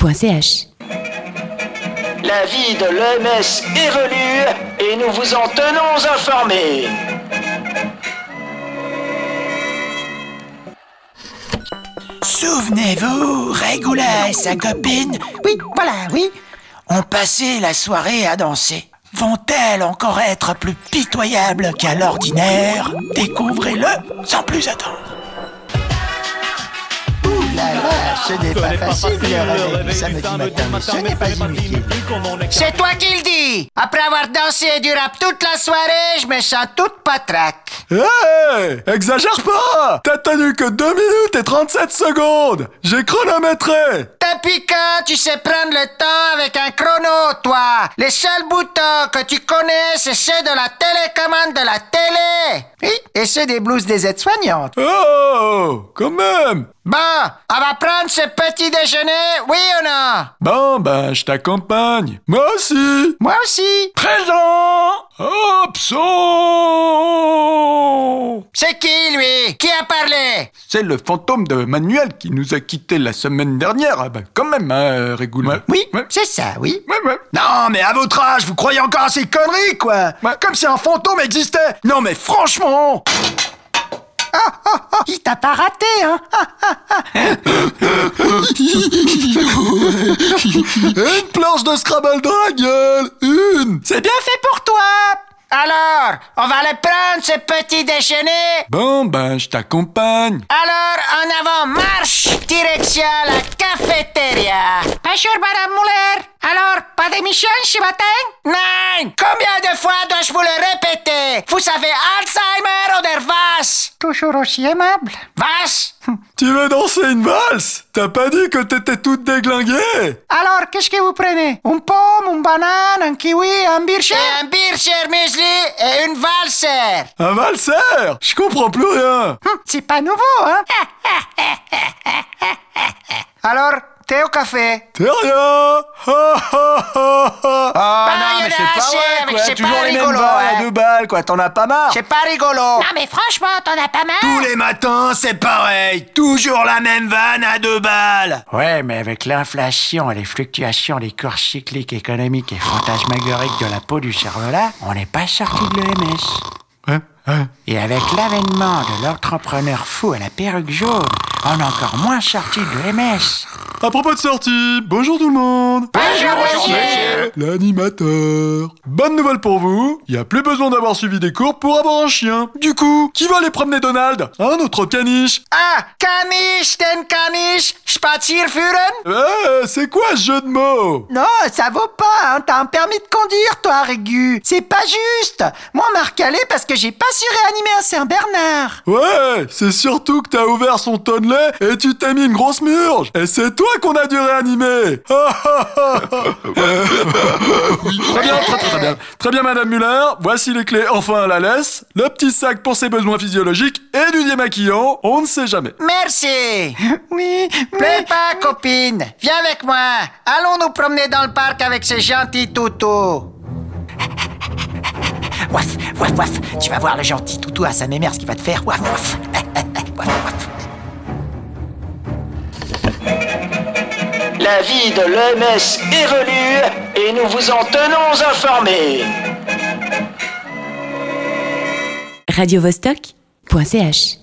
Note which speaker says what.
Speaker 1: radiovostok.ch.
Speaker 2: La vie de l'OMS évolue et nous vous en tenons informés.
Speaker 3: Souvenez-vous, Régula et sa copine,
Speaker 4: Oui, voilà, oui.
Speaker 3: ont passé la soirée à danser. Vont-elles encore être plus pitoyables qu'à l'ordinaire Découvrez-le sans plus attendre.
Speaker 4: La vache, ce n'est pas facile le réveil du samedi matin, mais ce n'est pas inutile. C'est toi qui le dis Après avoir dansé du rap toute la soirée, je me sens toute patraque.
Speaker 5: Hey Exagère pas T'as tenu que 2 minutes et 37 secondes J'ai chronométré
Speaker 4: T'es piquant, tu sais prendre le temps avec un chrono, toi. Les seuls boutons que tu connais, c'est ceux de la télécommande de la télé. Oui, et ceux des blouses des aides-soignantes.
Speaker 5: Euh. Oh Quand même
Speaker 4: Bon, on va prendre ce petit déjeuner, oui ou non
Speaker 5: Bon, ben, je t'accompagne. Moi aussi
Speaker 4: Moi aussi.
Speaker 5: Présent Absent
Speaker 4: C'est qui, lui Qui a parlé
Speaker 5: C'est le fantôme de Manuel qui nous a quittés la semaine dernière. Ah ben, quand même, hein, Régoula.
Speaker 4: Oui,
Speaker 5: Ouais.
Speaker 4: c'est ça, oui.
Speaker 5: Ouais, ouais.
Speaker 3: Non, mais à votre âge, vous croyez encore à ces conneries, quoi
Speaker 5: Ouais.
Speaker 3: Comme si un fantôme existait Non, mais franchement
Speaker 5: Ah,
Speaker 4: Il t'a pas raté, hein
Speaker 3: Ah.
Speaker 5: Une planche de Scrabble dans la gueule Une
Speaker 3: C'est bien fait pour toi
Speaker 4: Alors, on va aller prendre ce petit déjeuner.
Speaker 5: Bon, ben, je t'accompagne.
Speaker 4: Alors, en avant, marche Direction la cafétéria. Bonjour, Madame Muller. Alors, pas d'émission ce matin Non Combien de fois dois-je vous le répéter Vous avez Alzheimer ou der Vas Toujours aussi aimable. Hum. Vas
Speaker 5: Tu veux danser une valse T'as pas dit que t'étais toute déglinguée
Speaker 4: Alors, qu'est-ce que vous prenez Une pomme, une banane, un kiwi, un bircher Un bircher muesli et une valser.
Speaker 5: Un valseur Je comprends plus rien
Speaker 4: Hum, C'est pas nouveau, hein Alors, thé au café
Speaker 5: T'es rien Ha, ha, ha, ha.
Speaker 3: Ah
Speaker 4: Bah,
Speaker 3: non, mais
Speaker 4: y en a
Speaker 3: c'est pas
Speaker 4: assez,
Speaker 3: vrai,
Speaker 4: mais
Speaker 3: quoi
Speaker 4: c'est
Speaker 3: Toujours
Speaker 4: pas
Speaker 3: les mêmes
Speaker 4: rigolo,
Speaker 3: balles
Speaker 4: hein.
Speaker 3: à deux balles, quoi T'en as pas marre
Speaker 4: C'est pas rigolo
Speaker 6: Non mais franchement, t'en as pas mal
Speaker 3: Tous les matins, c'est pareil Toujours la même vanne à deux balles Ouais, mais avec l'inflation et les fluctuations des cours cycliques économiques et fantasmagoriques de la peau du cerveau-là, on n'est pas sorti de l'OMS.
Speaker 5: Hein Hein
Speaker 3: Et avec l'avènement de l'entrepreneur fou à la perruque jaune, on est encore moins sorti de l'OMS.
Speaker 5: À propos de sortie, bonjour tout le monde
Speaker 4: Bonjour, monsieur
Speaker 5: L'animateur Bonne nouvelle pour vous, il a plus besoin d'avoir suivi des cours pour avoir un chien. Du coup, qui va aller promener Donald Un autre caniche
Speaker 4: Ah, Caniche, den Caniche, Spazierführen
Speaker 5: Eh, c'est quoi ce jeu de mots
Speaker 4: Non, ça vaut pas, hein. T'as un permis de conduire, toi, Régu. C'est pas juste. Moi, on m'a recalé parce que j'ai pas su réanimer un Saint-Bernard.
Speaker 5: Ouais, c'est surtout que t'as ouvert son tonnelet et tu t'es mis une grosse murge Et c'est toi qu'on a dû réanimer Ah, ah, ah, ah. Très bien, très très très bien. Très bien, Madame Muller, voici les clés, enfin la laisse, le petit sac pour ses besoins physiologiques et du démaquillant, on ne sait jamais.
Speaker 4: Merci.
Speaker 3: Oui,
Speaker 4: Pleure pas, copine. Viens avec moi. Allons nous promener dans le parc avec ces gentils toutous.
Speaker 3: Waf, waf, waf, tu vas voir le gentil toutou à sa mémère ce qu'il va te faire. Waf, waf. Waf, waf.
Speaker 2: La vie de l'OMS évolue et nous vous en tenons informés.
Speaker 1: radiovostok.ch